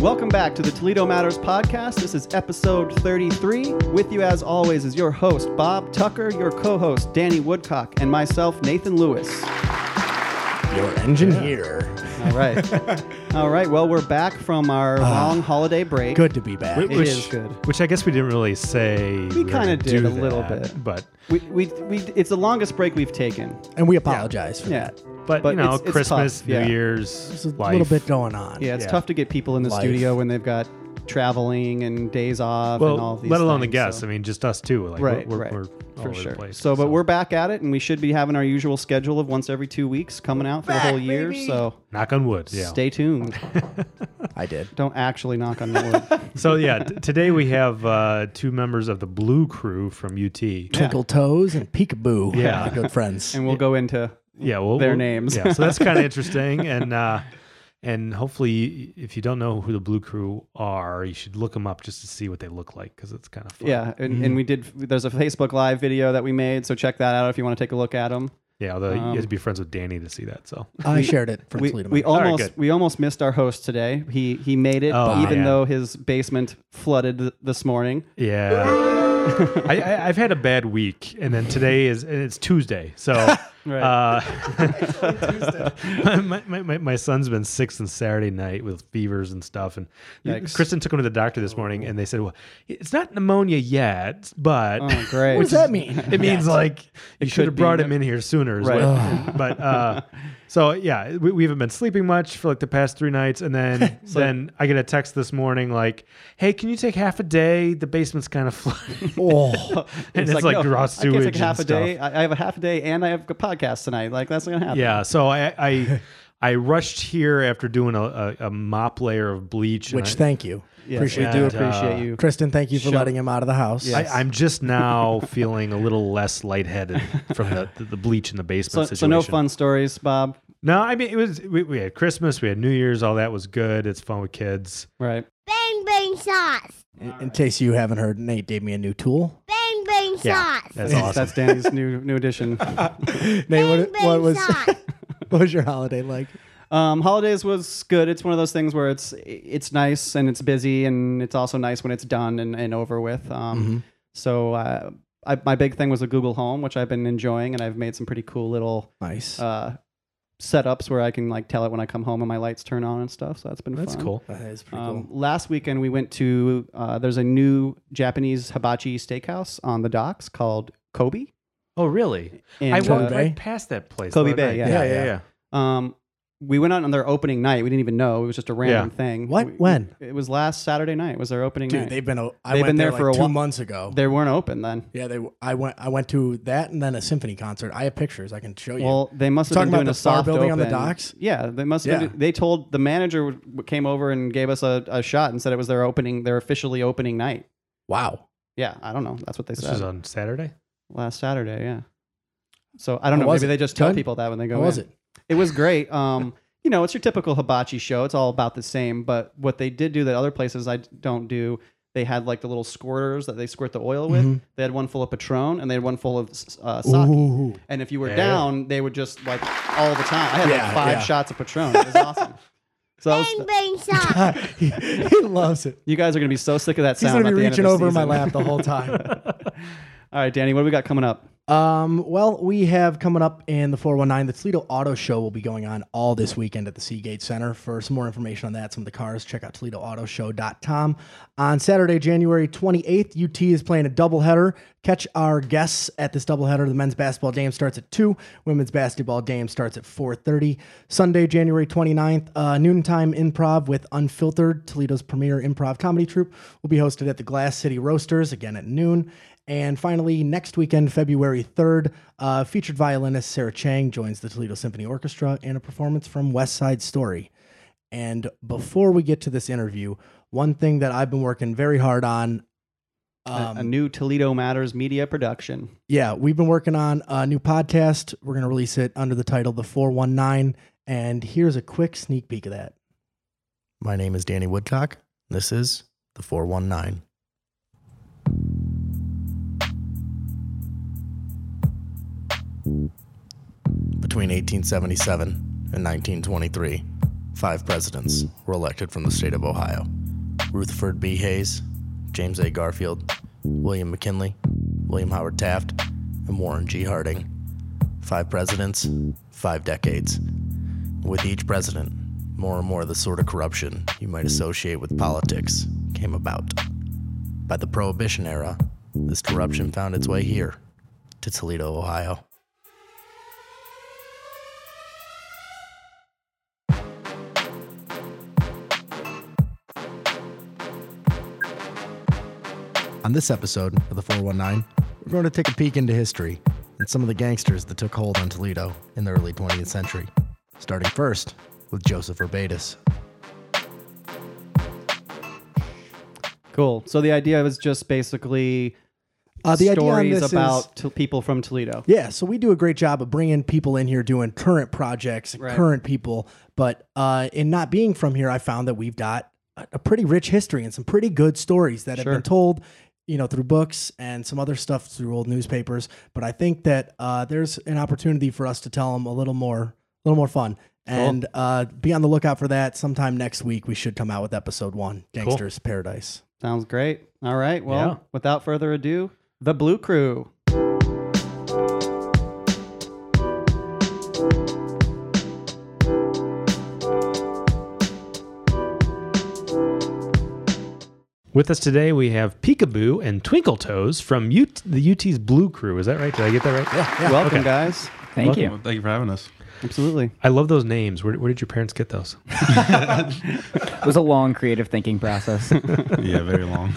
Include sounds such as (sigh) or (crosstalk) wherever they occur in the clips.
Welcome back to the Toledo Matters podcast. This is episode 33. With you, as always, is your host, Bob Tucker, your co host, Danny Woodcock, and myself, Nathan Lewis. Your engineer. All right. (laughs) All right. Well, we're back from our Ah. long holiday break. Good to be back. Wh- It is good. Which I guess we didn't really say. We, kinda were gonna did do a little that, bit. but We, we, we, it's the longest break we've taken. And we apologize for Yeah. that. but, you know, it's- it's tough, Christmas, yeah. New Year's, There's a life. little bit going on. Yeah, it's Yeah. tough to get people in the Life. studio when they've got traveling and days off Well, and all these let alone the things, guests. so- I mean, just us too. Like, Right, we're, we're, right. we're all for over sure. The place, so, but we're back at it, and we should be having our usual schedule of once every two weeks coming out for the whole year. So knock on wood. Yeah. stay (laughs) tuned. I did. Don't actually knock on wood. So yeah, t- today we have uh, two members of the Blue Crew from (laughs) UT. Yeah, Twinkle Toes and Peekaboo. Yeah. My good friends. (laughs) and we'll go into well, Their we'll- names. Yeah, so that's (laughs) kind of interesting, and uh, and hopefully, if you don't know who the Blue Crew are, you should look them up just to see what they look like because it's kind of fun. yeah, and, Mm. and we did. There's a Facebook Live video that we made, so check that out if you want to take a look at them. yeah. Although you Um, have to be friends with Danny to see that. So I shared it from We, Toledo. we right, almost good. we almost missed our host today. He he made it, Oh, even man. though his basement flooded th- this morning. Yeah. I, I, I've had a bad week, and then today is and it's Tuesday, (laughs) so uh, my, my, my, my son's been sick since Saturday night with fevers and stuff, and Yikes. Kristen took him to the doctor this morning, and they said, "Well, it's not pneumonia yet, but Oh, great. what (laughs) does that mean? (laughs) it means like you should could have be brought that- him in here sooner. is Right. (laughs) what- but uh, so yeah, we, we haven't been sleeping much for like the past three nights, (laughs) and then then I get a text this morning like, "Hey, can you take half a day? The basement's (laughs) kind of flooded." (laughs) oh, and it's, like no, raw I can't sewage take half and a day. I, I have a half a day, and I have a podcast tonight. Like that's not gonna happen. Yeah, so I I, I rushed here after doing a, a, a mop layer of bleach. and which I, thank you. Yes, Appreciate we do that. appreciate uh, you. Kristen, thank you for Show- letting him out of the house. Yeah. I, I'm just now feeling a little less lightheaded from the, the, bleach in the So, basement so situation. no fun stories, Bob. No, I mean it was we, we had Christmas, we had New Year's, all that was good. It's fun with kids. Right. Bang bang sauce. In, in case you haven't heard, Nate gave me a (laughs) new tool. (laughs) Bang bang Yeah, sauce. that's Yes, awesome. That's Danny's new new (laughs) addition. Nate, Bang what, bang what was sauce. (laughs) what was your holiday like? Um, holidays was good. It's one of those things where it's it's nice and it's busy, and it's also nice when it's done and, and over with. Um, Mm-hmm. So uh, I, my big thing was a Google Home, which I've been enjoying, and I've made some pretty cool little Nice. uh, setups where I can like tell it when I come home and my lights turn on and stuff. So that's been That's fun. cool. that is pretty Um, cool. last weekend we went to uh, there's a new Japanese hibachi steakhouse on the docks called Kobe. Oh, really? And, uh, I Kobe walked Bay? right past that place. Kobe the other Bay, yeah. night. yeah, Yeah, yeah, yeah. Um, we went out on their opening night. We didn't even know it was just a random thing. What? We- When? It was last Saturday night. Was their opening Dude, night? they've been a, I They've went been there there, for like a two while. months ago. They weren't open then. Yeah, they. I went. I went to that, and then a symphony concert. I have pictures. I can show you. Well, they must have Talking been doing about a the bar soft building open. on the docks? Yeah, they must. Have Yeah. been, they told the manager w- w- came over and gave us a, a shot and said it was their opening, their officially opening night. wow. Yeah, I don't know. That's what they This said was on Saturday. last Saturday. Yeah. So I don't How know. was Maybe it? they just tell Good? people that when they go. How was in. it? It was great. Um, you know, it's your typical hibachi show. It's all about the same. But what they did do that other places I d- don't do, they had like the little squirters that they squirt the oil with. They had one full of Patron and they had one full of s- uh, sake. Mm-hmm. Ooh. (laughs) And if you were Yeah. down, they would just like all the time. I had like Yeah, five yeah. shots of Patron. It was awesome. So that was- Bang bang sauce. he, he loves it. you guys are gonna be so sick of that He's sound. gonna be at the end of reaching the over my season. lap the (laughs) whole time. All right, Danny, what do we got coming up? um, well, we have coming up in the 419, the Toledo Auto Show will be going on all this weekend at the Seagate Center. For some more information on that, some of the cars, check out ToledoAutoShow.com. On Saturday, January 28th, UT is playing a doubleheader. Catch our guests at this doubleheader. The men's basketball game starts at 2, women's basketball game starts at 4.30. Sunday, January 29th, uh, noontime improv with Unfiltered, Toledo's premier improv comedy troupe, will be hosted at the Glass City Roasters, again at noon. And finally, next weekend, February 3rd, uh, featured violinist Sarah Chang joins the Toledo Symphony Orchestra in a performance from West Side Story. And before we get to this interview, one thing that I've been working very hard on. A- Um, a new Toledo Matters media production. yeah, we've been working on a new podcast. We're going to release it under the title The 419. And here's a quick sneak peek of that. My name is Danny Woodcock. This is the 419. Between 1877 and 1923, Five presidents were elected from the state of Ohio Rutherford B. Hayes, James A. Garfield, William McKinley, William Howard Taft, and Warren G. Harding. Five presidents, five decades. With each president, more and more of the sort of corruption you might associate with politics came about. By the Prohibition era, this corruption found its way here to Toledo, Ohio. On this episode of the 419, we're going to take a peek into history and some of the gangsters that took hold on Toledo in the early 20th century, starting first with Joseph Urbatus. Cool. So the idea was just basically Uh, the idea on stories this is- about to people from Toledo. Yeah, so we do a great job of bringing people in here doing current projects, and Right. current people. But uh, in not being from here, I found that we've got a, a pretty rich history and some pretty good stories that have Sure. been told, you know, through books and some other stuff through old newspapers. But I think that uh, there's an opportunity for us to tell them a little more, a little more fun. And uh, be on the lookout for that. Sometime next week, we should come out with episode one, Gangsters Paradise. Sounds great. All right. Well, Yeah. without further ado, the Blue Crew. With us today, we have Peekaboo and Twinkle Toes from UT, the UT's Blue Crew. Is that right? Did I get that right? Yeah. Welcome, guys. Thank Well, thank you for having us. Absolutely. I love those names. Where, where did your parents get those? you. It was a long creative thinking process. (laughs) Yeah, very long.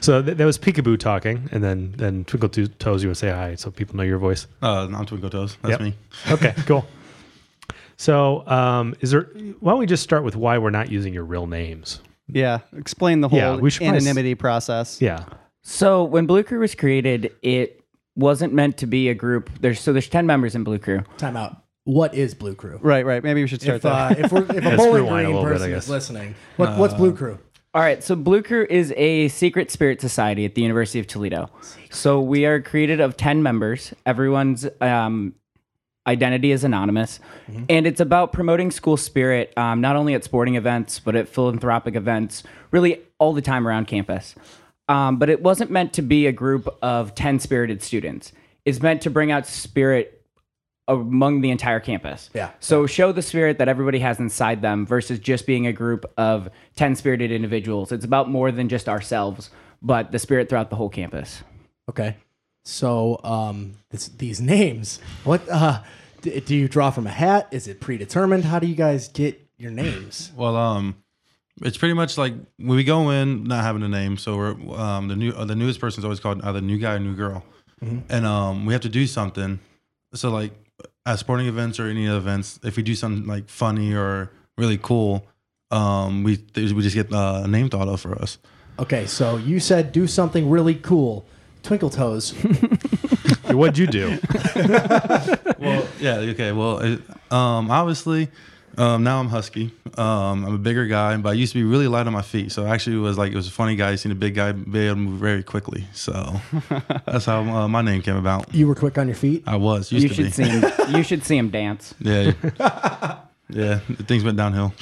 so th- that was Peekaboo talking, and then then Twinkle To- Toes. You would say hi, so people know your voice. (laughs) Uh, I'm Twinkle Toes. That's Yep. me. Okay, (laughs) cool. So, um, is there? Why don't we just start with why we're not using your real names? Yeah. Explain the whole Yeah, we should probably s- anonymity process. Yeah, so when Blue Crew was created, it wasn't meant to be a group. There's so there's ten members in Blue Crew. Time out. What is Blue Crew? Right, right. Maybe we should start If, uh, there. if, we're, if a (laughs) Let's bowling rewind a green little bit, I person is guess. Uh, listening, what, what's Blue Crew? All right, so Blue Crew is a secret spirit society at the University of Toledo. So we are created of 10 members. Everyone's um, identity is anonymous. Mm-hmm. And it's about promoting school spirit, um, not only at sporting events, but at philanthropic events, really all the time around campus. Um, but it wasn't meant to be a group of 10 spirited students, it's meant to bring out spirit among the entire campus. Yeah. So show the spirit that everybody has inside them versus just being a group of 10 spirited individuals. It's about more than just ourselves, but the spirit throughout the whole campus. Okay. So um, this, these names, what uh, d- do you draw from a hat? Is it predetermined? How do you guys get your names? Well, um, it's pretty much like when we go in not having a name, so we're um, the new uh, the newest person is always called either new guy or new girl, and um, we have to do something. So like at sporting events or any other events, if we do something like funny or really cool, um, we we just get uh, a name thought of for us. Okay, so you said do something really cool. Twinkle toes. what'd you do? well, yeah, okay. Well, it, um, obviously, um, now I'm husky. Um, I'm a bigger guy, but I used to be really light on my feet. So I actually was like, it was a funny guy. Seen a big guy be able to move very quickly. (laughs) So that's how uh, my name came about. You were quick on your feet. I was used You to should be. see him you should see him dance. (laughs) Yeah. (laughs) Yeah, the things went downhill.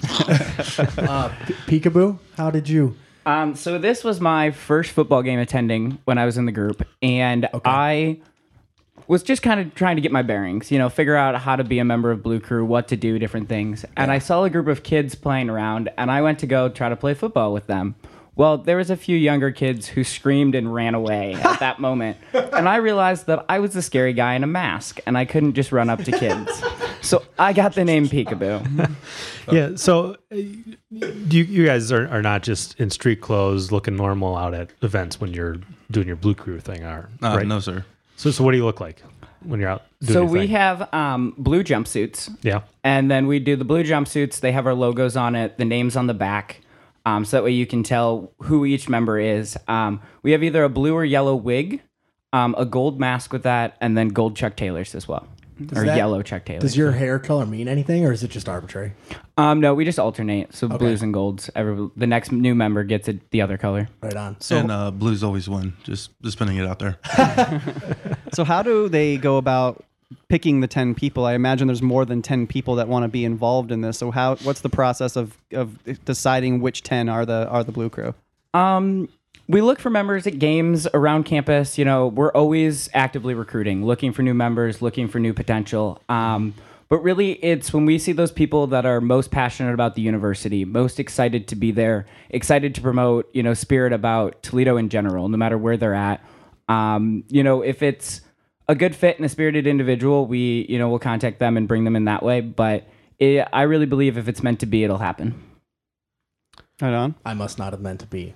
Peekaboo. How did you? Um, so this was my first football game attending when I was in the group, and I was just kind of trying to get my bearings, you know, figure out how to be a member of Blue Crew, what to do, different things. And I saw a group of kids playing around, and I went to go try to play football with them. Well, there was a few younger kids who screamed and ran away at that moment, and I realized that I was the scary guy in a mask, and I couldn't just run up to kids. So I got the name Peekaboo. (laughs) yeah. So, uh, you you guys are, are not just in street clothes, looking normal out at events when you're doing your Blue Crew thing, are Uh, right? No, sir. So, so what do you look like when you're out? Doing so your we thing? have um, blue jumpsuits. yeah. And then we do the blue jumpsuits. They have our logos on it, the names on the back. Um, so that way you can tell who each member is. Um, we have either a blue or yellow wig, um, a gold mask with that, and then gold Chuck Taylors as well. or that- yellow Chuck Taylors. Does your hair color mean anything, or is it just arbitrary? um, no, we just alternate. So blues and golds. Every, the next new member gets it the other color. Right on. So and (laughs) uh, blues always win. Just just spinning it out there. so how do they go about picking the 10 people i imagine there's more than 10 people that want to be involved in this so how what's the process of of deciding which 10 are the are the blue crew Um, we look for members at games around campus. You know, we're always actively recruiting, looking for new members, looking for new potential. Um, but really, it's when we see those people that are most passionate about the university, most excited to be there, excited to promote, you know, spirit about Toledo in general, no matter where they're at. Um, you know, if it's a good fit and a spirited individual, we, you know, we'll contact them and bring them in that way. But it, I really believe if it's meant to be, it'll happen. right on I must not have meant to (laughs) be.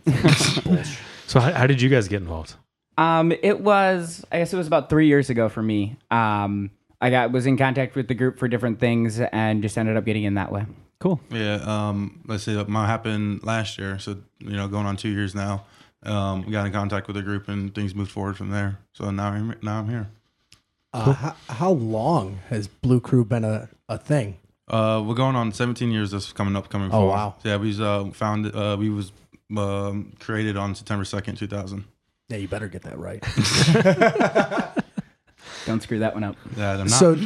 So how, how did you guys get involved? Um, it was I guess it was about three years ago for me. Um, I got was in contact with the group for different things and just ended up getting in that way. cool Yeah, um, let's say that mine happened last year, so you know, going on two years now. Um, we got in contact with the group, and things moved forward from there. So now I'm now I'm here. Uh, how, how long has Blue Crew been a, a thing? Uh, we're going on 17 years this coming up coming. Oh, forward. wow. Yeah, we was, uh, found uh, we was um, created on September 2nd, 2000. Yeah, you better get that right. Don't screw (laughs) that one up. Yeah, I'm not, so,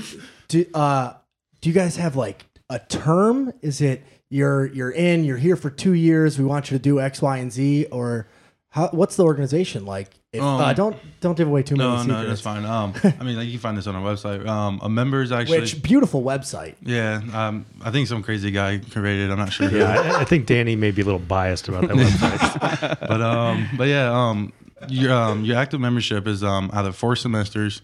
do uh, do you guys have like a term? Is it you're you're in, you're here for two years, we want you to do X, Y, and Z, or how, what's the organization like? If, Um, uh, don't don't give away too many no, secrets. no, that's (laughs) fine. Um, I mean, like you can find this on our website. Um, a member's actually. Which beautiful website. yeah, um, I think some crazy guy created. it, I'm not sure. who. Yeah, I, I think Danny may be a little biased about that (laughs) website. but um, but yeah, um, your um, your active membership is um either four semesters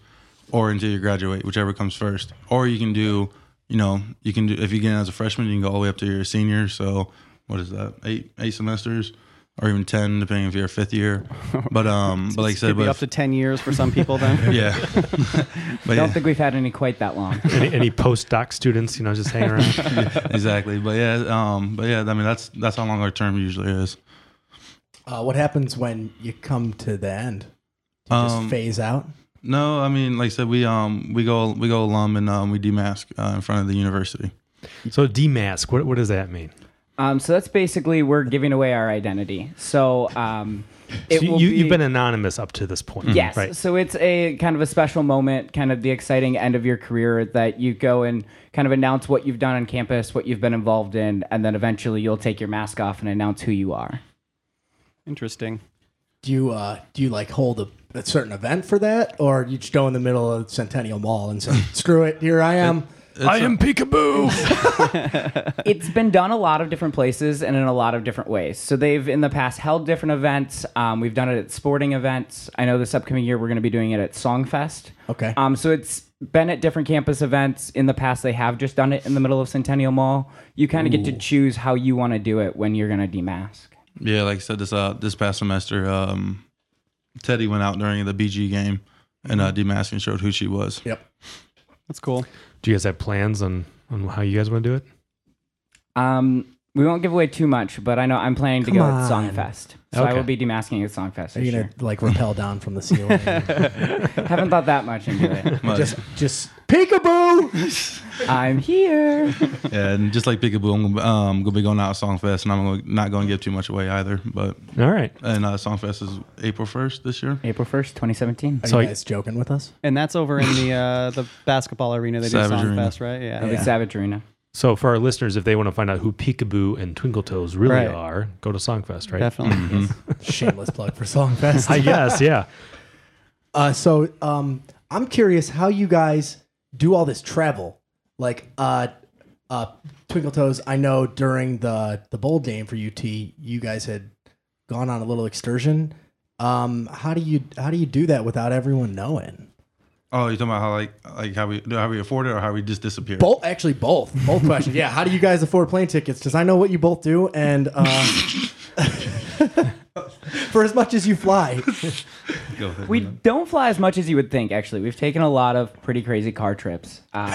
or until you graduate, whichever comes first. Or you can do, you know, you can do if you get in as a freshman, you can go all the way up to your senior. So what is that? Eight eight semesters, or even ten, depending if you're a fifth year. But um, (laughs) but like I said, could be but up to 10 years for some people (laughs) then yeah, (laughs) but Don't yeah, (laughs) think we've had any quite that long. any, any postdoc students, you know, just hang around. exactly. But yeah, um, but yeah, I mean that's that's how long our term usually is. Uh, what happens when you come to the end? Do you just Um, phase out. No, I mean like I said, we um we go we go alum and um we demask uh, in front of the university. So demask, what, what does that mean? Um, so that's basically we're giving away our identity. So um, it So you, will you, be, you've been anonymous up to this point. Yes. Right. So it's a kind of a special moment, kind of the exciting end of your career that you go and kind of announce what you've done on campus, what you've been involved in, and then eventually you'll take your mask off and announce who you are. interesting Do you uh, do you like hold a, a certain event for that, or you just go in the middle of Centennial Mall and say, (laughs) "Screw it, here I am." I am peekaboo. it's been done a lot of different places and in a lot of different ways. So they've in the past held different events. Um, we've done it at sporting events. I know this upcoming year we're going to be doing it at Songfest. Okay. Um, so it's been at different campus events. In the past, they have just done it in the middle of Centennial Mall. You kind of get to choose how you want to do it when you're going to demask. Yeah, like I said, this uh this past semester, um, Teddy went out during the BG game Mm-hmm. and uh, demasked and showed who she was. yep. that's cool Do you guys have plans on, on how you guys want to do it? Um, we won't give away too much, but I know I'm planning to Come go on. at Songfest. So I Okay. will be demasking at Songfest Are this you year. gonna like rappel down from the ceiling? Haven't thought that much (laughs) into it. But, just just peekaboo. I'm here. yeah, and just like Peekaboo, I'm gonna, um, gonna be going out at Songfest, and I'm gonna, not gonna give too much away either. But All right. and uh, Songfest is April first this year. April 1st, 2017. Are So- you guys joking with us? and that's over in the uh the basketball arena they Savage do Arena. Songfest, right yeah, At the Savage Arena. So for our listeners, if they want to find out who peekaboo and twinkle toes really Right. are, go to Songfest, right? definitely (laughs) Mm-hmm. Shameless plug for (laughs) Songfest. I guess, yeah. Uh, so um, I'm curious how you guys do all this travel. Like uh, uh, Twinkle Toes, I know during the the bowl game for UT, you guys had gone on a little excursion. Um, how do you how do you do that without everyone knowing? Oh, you talking about how like like how we how we afford it or how we just disappear? Both, actually, both. Both questions. Yeah, how do you guys afford plane tickets? Because I know what you both do, and uh, (laughs) for as much as you (laughs) fly, Go ahead. We don't fly as much as you would think, actually. We've taken a lot of pretty crazy car trips. Uh,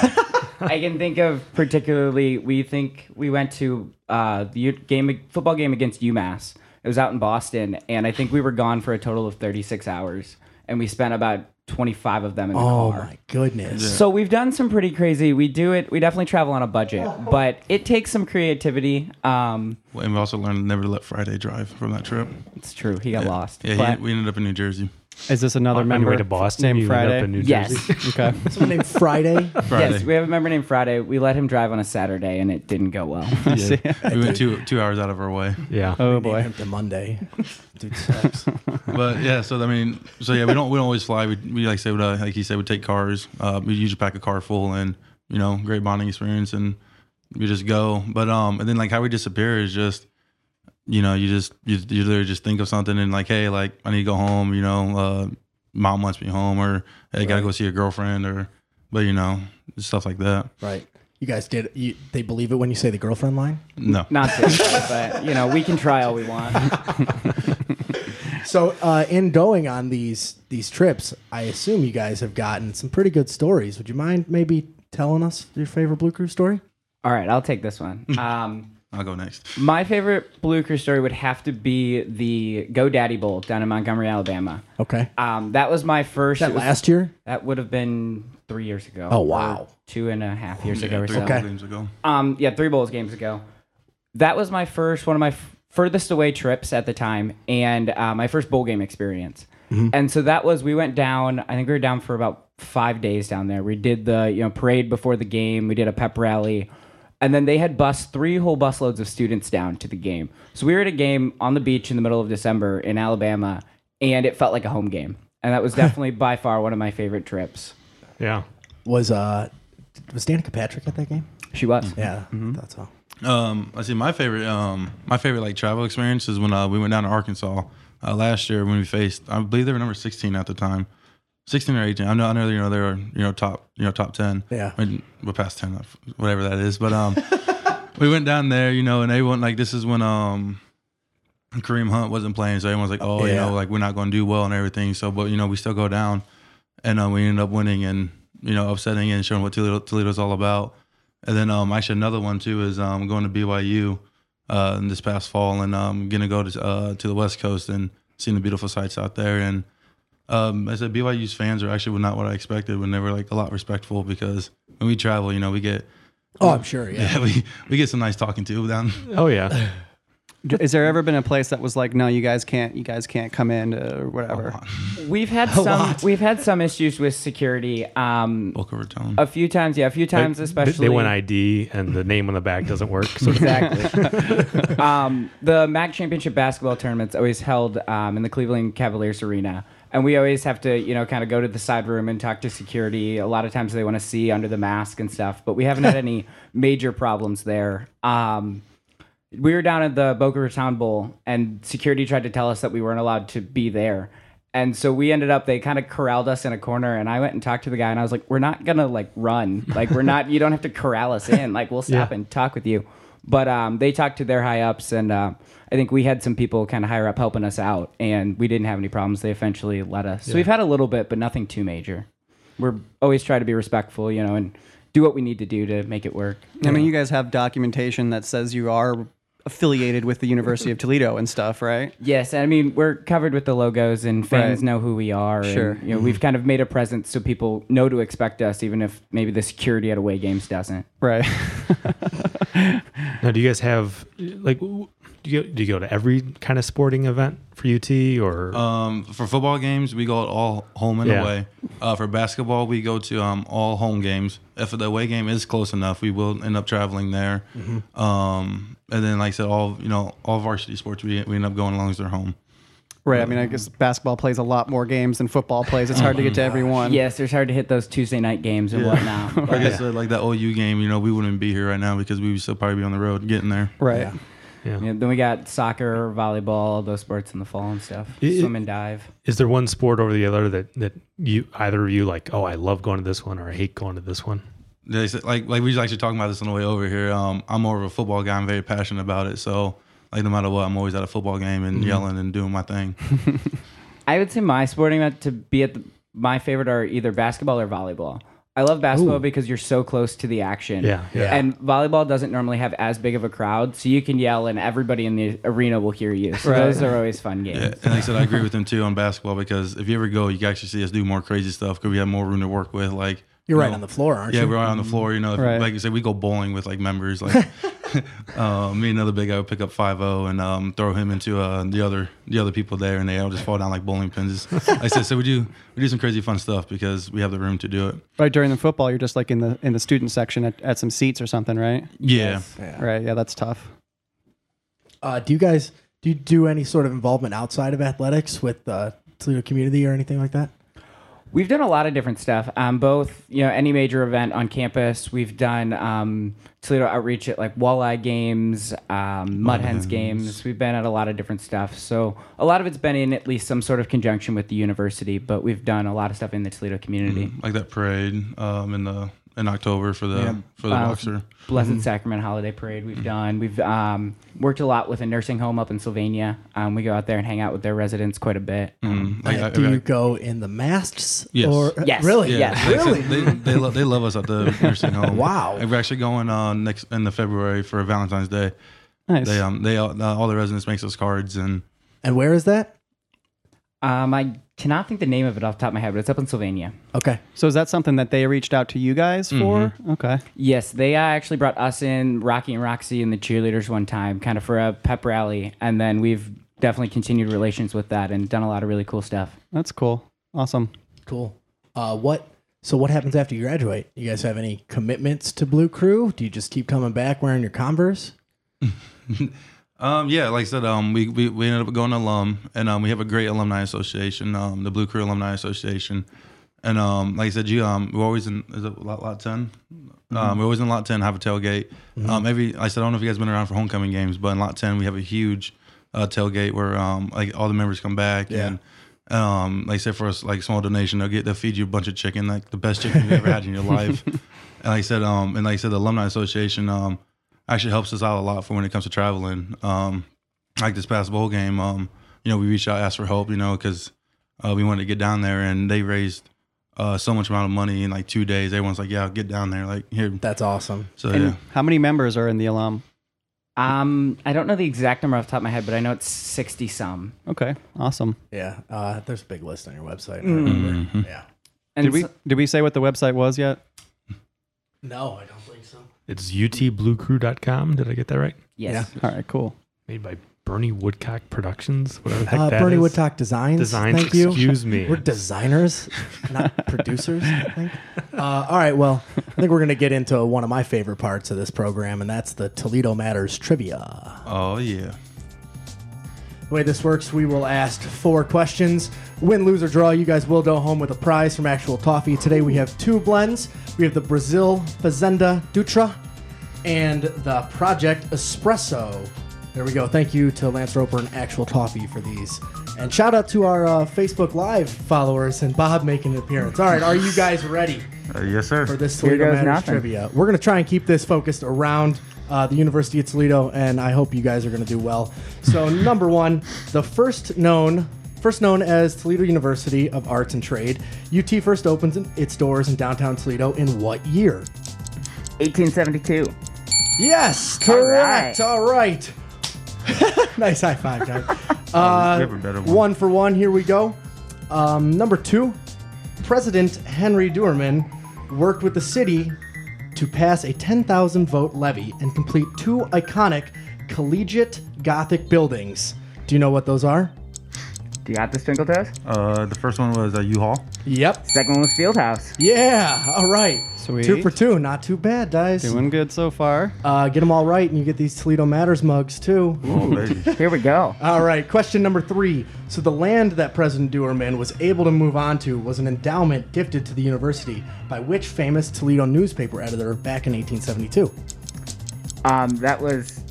I can think of particularly, we think we went to uh, the U- game, football game against UMass. It was out in Boston, and I think we were gone for a total of 36 hours, and we spent about 25 of them in the oh car. my goodness. So we've done some pretty crazy. We do it. We definitely travel on a budget, but it takes some creativity. Um, and we also learned never to let Friday drive from that trip. it's true. He got lost. Yeah, but- he, we ended up in New Jersey. Is this another on your member way to Boston, named you Friday? end up (laughs) in New Yes. Jersey. okay. Someone named Friday. Friday. Yes, we have a member named Friday. We let him drive on a Saturday, and it didn't go well. (laughs) I see. we went two two hours out of our way. yeah. Oh Named boy. him to Monday. Dude sucks. But yeah, so I mean, so yeah, we don't we don't always fly. We, we like say uh, like he said, we take cars. Uh, we usually pack a car full, and you know, great bonding experience, and we just go. But um, and then like how we disappear is just, you know, you just you, you literally just think of something and like, hey, like I need to go home. You know, uh, mom wants me home, or hey, gotta go see a girlfriend, or but you know, stuff like that. Right. You guys did. You, they believe it when you say the girlfriend line. No, Not to, but you know, we can try all (laughs) we want. So, uh, in going on these these trips, I assume you guys have gotten some pretty good stories. Would you mind maybe telling us your favorite Blue Crew story? All right, I'll take this one. Um, I'll go next. my favorite Blue Crew story would have to be the GoDaddy Bowl down in Montgomery, Alabama. Okay. Um, that was my first. Uh, That it was- last year. That would have been three years ago. Oh, wow. Oh, Or Two and a half years ago or three so. couple games ago. Um, yeah, three bowls games ago. That was my first one of my f- furthest away trips at the time, and uh, my first bowl game experience. And so that was we went down. I think we were down for about five days down there. We did the you know parade before the game. We did a pep rally, and then they had bused three whole busloads of students down to the game. So we were at a game on the beach in the middle of December in Alabama, and it felt like a home game. And that was definitely by far one of my favorite trips. Yeah. Was uh, was Danica Patrick at that game? She was. Yeah, that's all. Um, I see. My favorite, um, my favorite like travel experience is when uh, we went down to Arkansas uh, last year when we faced. I believe they were number sixteen at the time, sixteen or eighteen. I know, I know, you know, they were you know top, you know, top ten. Yeah. I mean, we're past ten, whatever that is. But um, we went down there, you know, and everyone like this is when um. Kareem Hunt wasn't playing, so everyone's like, "Oh, you Yeah. know, like we're not going to do well and everything." So, but you know, we still go down, and uh, we ended up winning and you know upsetting and showing what Toledo, Toledo's all about. And then um, actually another one too is um, going to BYU uh, in this past fall, and I'm um, gonna go to uh, to the West Coast and seeing the beautiful sights out there. And um, I said BYU's fans are actually not what I expected when they were like a lot respectful because when we travel, you know, we get Oh, I'm sure. Yeah. (laughs) we we get some nice talking to down. (laughs) Oh yeah. Is there ever been a place that was like, no, you guys can't, you guys can't come in or whatever? Oh, We've (laughs) had some. We've had some issues with security. Um, Boca Raton. a few times, yeah, a few times, They, especially. they went ID and the name on the back doesn't work. So exactly. um, the MAC championship basketball tournament's always held um, in the Cleveland Cavaliers Arena, and we always have to, you know, kind of go to the side room and talk to security. A lot of times they want to see under the mask and stuff, but we (laughs) haven't had any major problems there. Um, we were down at the Boca Raton Bowl, and security tried to tell us that we weren't allowed to be there. And so we ended up, they kind of corralled us in a corner, and I went and talked to the guy, and I was like, We're not gonna like run. Like, we're not, you don't have to corral us in. Like, we'll stop Yeah. and talk with you. But um, they talked to their high ups, and uh, I think we had some people kind of higher up helping us out, and we didn't have any problems. They eventually let us. So we've had a little bit, but nothing too major. We're always trying to be respectful, you know, and do what we need to do to make it work. I mean, you guys have documentation that says you are affiliated with the University of Toledo and stuff, right? Yes, I mean we're covered with the logos, and fans Right. know who we are. and, Sure. you know we've kind of made a presence so people know to expect us, even if maybe the security at away games doesn't. Right. now, do you guys have like? w- Do you do you go to every kind of sporting event for UT or? Um, for football games, we go at all home and Yeah. away. Uh, for basketball, we go to um, all home games. If the away game is close enough, we will end up traveling there. Um, and then, like I said, all you know, all varsity sports, we, we end up going as long as they're home. (laughs) Right. I mean, I guess basketball plays a lot more games than football plays. It's hard to get Mm-hmm. to everyone. Yes, it's hard to hit those Tuesday night games and (laughs) whatnot. Like but- I said, like that OU game, you know, we wouldn't be here right now because we would still probably be on the road getting there. Right. Yeah. you know, then we got soccer, volleyball, those sports in the fall and stuff. It- Swim and dive. is there one sport over the other that that you either of you like? Oh, I love going to this one, or I hate going to this one. They said, like like we was actually talking about this on the way over here. Um, I'm more of a football guy. I'm very passionate about it. So like no matter what, I'm always at a football game and yelling and doing my thing. I would say my sporting event to be at the, my favorite are either basketball or volleyball. I love basketball because you're so close to the action. Yeah, yeah. And volleyball doesn't normally have as big of a crowd, so you can yell and everybody in the arena will hear you. So those are always fun games. Yeah, and like I said, I agree with him too on basketball because if you ever go, you can actually see us do more crazy stuff because we have more room to work with. Like You're right No. on the floor, aren't yeah, you? we're on the floor. You know, if- Right. like you say, we go bowling with like members. (laughs) Like (laughs) uh, me and another big guy would pick up five zero and um, throw him into uh, the other the other people there, and they all just fall down like bowling pins. like I said, so we do we do some crazy fun stuff because we have the room to do it. Right during the football, you're just like in the in the student section at, at some seats or something, right? Yeah, Right. Yeah, that's tough. Uh, do you guys do you do any sort of involvement outside of athletics with the Toledo community or anything like that? We've done a lot of different stuff. Um, both, you know, any major event on campus. We've done um, Toledo outreach at like walleye games, um, mud hens games. We've been at a lot of different stuff. So a lot of it's been in at least some sort of conjunction with the university, but we've done a lot of stuff in the Toledo community. like that parade um, in the in October for the for the Wow. boxer. Blessed Mm-hmm. Sacrament Holiday Parade we've done. We've um, worked a lot with a nursing home up in Sylvania. Um, we go out there and hang out with their residents quite a bit. Mm, like, I- do I- you go in the masts? Yes. Or, uh, Yes. Really? yeah, Yes. like I said, They, they, lo- they love us at (laughs) the nursing home. Wow. And We're actually going uh, next in the February for Valentine's Day. Nice. They um they all, uh, all the residents makes us cards and And where is that? Mm-hmm. Um, I cannot think the name of it off the top of my head, but it's up in Sylvania. Okay. So is that something that they reached out to you guys for? Mm-hmm. Okay. Yes, they uh, actually brought us in, Rocky and Roxy, and the cheerleaders one time, kind of for a pep rally, and then we've definitely continued relations with that and done a lot of really cool stuff. That's cool. Awesome. Cool. Uh, what? So what happens after you graduate? You guys have any commitments to Blue Crew? Do you just keep coming back wearing your Converse? um yeah like I said um we we, we ended up going alum and um we have a great alumni association um the Blue Crew Alumni Association and um like I said you um we're always in is it lot lot 10 um we're always in lot ten have a tailgate um every like I said I don't know if you guys been around for homecoming games but in lot ten we have a huge uh, tailgate where um like all the members come back and um like I said for us like small donation they'll get they'll feed you a bunch of chicken like the best chicken you've ever had in your life and like I said um and like I said the alumni association um actually helps us out a lot for when it comes to traveling. Um, like this past bowl game, um, you know, we reached out, asked for help, you know, because uh, we wanted to get down there, and they raised uh, so much amount of money in like two days. Everyone's like, "Yeah, get down there!" Like here, That's awesome. so And yeah, how many members are in the alum? Um, I don't know the exact number off the top of my head, but I know it's sixty some. Okay. Awesome. Yeah. Uh, there's a big list on your website. Mm. I remember. Mm-hmm. Yeah. And Did we so- did we say what the website was yet? No, I don't think so. It's utbluecrew.com. Did I get that right? yes, All right. Cool. Made by Bernie Woodcock Productions, whatever the heck Uh, that Bernie is. Woodcock Designs. Designs. Thank you. Excuse me. We're designers, not producers. I think. Uh, all right. Well, I think we're going to get into one of my favorite parts of this program, and that's the Toledo Matters trivia. oh yeah, The way this works, we will ask four questions. Win, lose, or draw, you guys will go home with a prize from Actual Toffee. Today we have two blends. We have the Brazil Fazenda Dutra and the Project Espresso. There we go. Thank you to Lance Roper and Actual Toffee for these. And shout out to our uh, Facebook Live followers and Bob making an appearance. All right, are you guys ready? Uh, yes sir. for this Toledo goes Matters nothing. trivia. We're going to try and keep this focused around uh, the University of Toledo, and I hope you guys are going to do well. So, number one, the first known, first known as Toledo University of Arts and Trade, UT first opens in- its doors in downtown Toledo in what year? eighteen seventy two. Yes, correct. All right. (laughs) nice high five, John. we have a better one. Uh, One for one. Here we go. Um, number two, President Henry Duerman worked with the city to pass a 10,000 vote levy and complete two iconic collegiate Gothic buildings. Do you know what those are? Do you got this twinkle toes? Oh. Uh, the first one was a U-Haul. Yep. Second one was Fieldhouse. Yeah. All right. Two Sweet. for two. Not too bad, guys. Doing good so far. Uh, get them all right, and you get these Toledo Matters mugs too. Oh baby, Here we go. All right, question number three. So, the land that President Duerman was able to move on to was an endowment gifted to the university by which famous Toledo newspaper editor back in 1872? Um, that was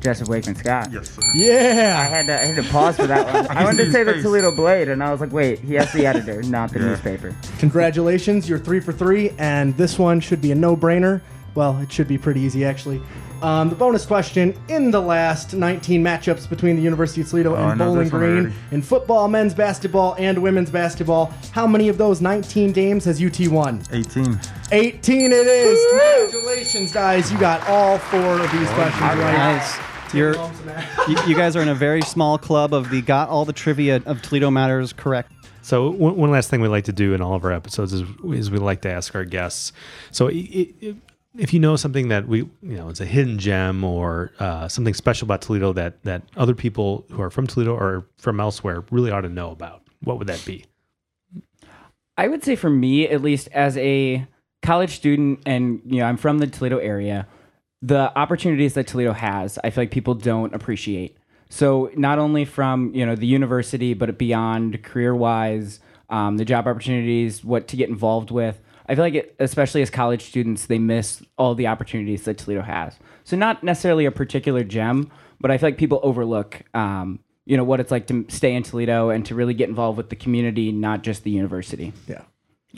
Joseph Wakeman Scott. yes sir. I Yeah! had to I had to pause for that one. I wanted to say the Face. Toledo Blade, and I was like, wait, he has the editor, not the newspaper. Congratulations, you're three for three, and this one should be a no brainer. Well, it should be pretty easy, actually. Um, the bonus question in the last 19 matchups between the University of Toledo Oh, I and know Bowling this one Green already. in football, men's basketball, and women's basketball, how many of those 19 games has UT won? Eighteen. 18 it is. Congratulations, guys. You got all four of these questions right. Nice. You're, you, you guys are in a very small club of the got all the trivia of Toledo matters correct. So one, one last thing we like to do in all of our episodes is, is we like to ask our guests. So i i i- if you know something that we you know it's a hidden gem or uh, something special about Toledo that that other people who are from Toledo or from elsewhere really ought to know about, what would that be? I would say for me, at least as a college student, and you know, I'm from the Toledo area. The opportunities that Toledo has, I feel like people don't appreciate. So not only from you know the university, but beyond career wise, um, the job opportunities, what to get involved with. I feel like, it, especially as college students, they miss all the opportunities that Toledo has. So not necessarily a particular gem, but I feel like people overlook, um, you know, what it's like to stay in Toledo and to really get involved with the community, not just the university. Yeah.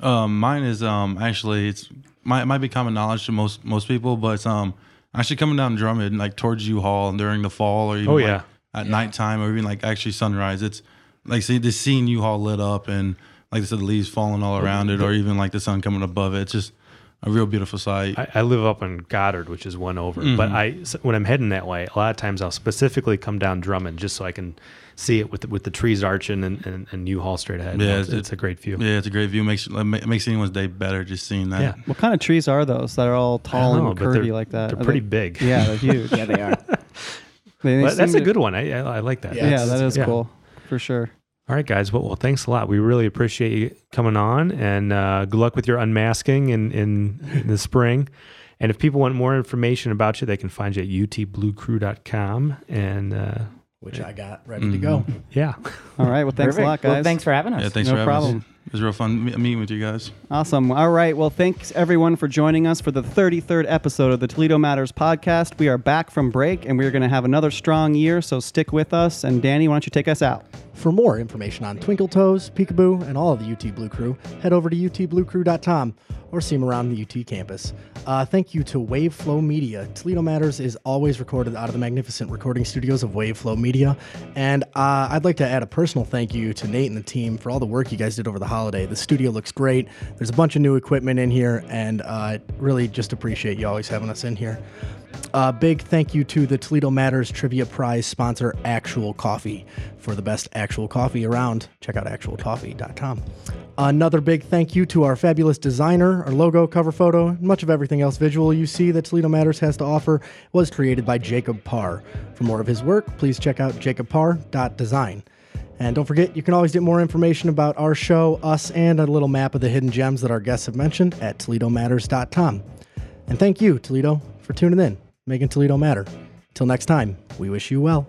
Um, mine is um actually it's my it might be common knowledge to most most people, but it's, um actually coming down Drummond like towards U Hall and during the fall or even Oh, like, yeah. at nighttime or even like actually sunrise. It's like see just seeing U Hall lit up and like I said, the leaves falling Oh, all around it, or even like the sun coming above it. It's just a real beautiful sight. I, I live up in Goddard, which is one over. But I, s- when I'm heading that way, a lot of times I'll specifically come down Drummond just so I can see it with the, with the trees arching and and, and U-Haul straight ahead. Yeah, it's, it- it's a great view. yeah, it's a great view. Makes like, ma- makes anyone's day better just seeing that. Yeah. What kind of trees are those that are all tall don't know, and but they're- curvy like that? they're Are pretty they- big. Yeah, (laughs) they're huge. Yeah, they are. They- they Well, that's seem a to- good one. I, I, I like that. Yeah. Yeah, that is yeah. cool for sure. All right, guys. Well, well, thanks a lot. We really appreciate you coming on, and uh, good luck with your unmasking in, in, in the spring. And if people want more information about you, they can find you at utbluecrew.com. And uh, Which I got ready to go. yeah, (laughs) All right. Well, thanks Perfect. a lot, guys. Well, thanks for having us. Yeah, thanks No for having problem. us. It was real fun me- meeting with you guys. Awesome. All right. Well, thanks everyone for joining us for the 33rd episode of the Toledo Matters podcast. We are back from break and we're going to have another strong year, so stick with us. And Danny, why don't you take us out? For more information on Twinkle Toes, Peekaboo, and all of the UT Blue Crew, head over to utbluecrew.com or see them around the UT campus. Uh, thank you to Waveflow Media. Toledo Matters is always recorded out of the magnificent recording studios of Waveflow Media. And uh, I'd like to add a personal thank you to Nate and the team for all the work you guys did over the holiday. The studio looks great. There's a bunch of new equipment in here, and uh, really just appreciate you always having us in here. A Uh, big thank you to the Toledo Matters Trivia Prize sponsor, Actual Coffee, for the best actual coffee around. Check out actualcoffee.com. Another big thank you to our fabulous designer, our logo, cover photo, and much of everything else visual you see that Toledo Matters has to offer was created by Jacob Parr. For more of his work, please check out jacobparr.design. And don't forget, you can always get more information about our show, us, and a little map of the hidden gems that our guests have mentioned at toledomatters.com. And thank you, Toledo, for tuning in, making Toledo matter. Till next time, we wish you well.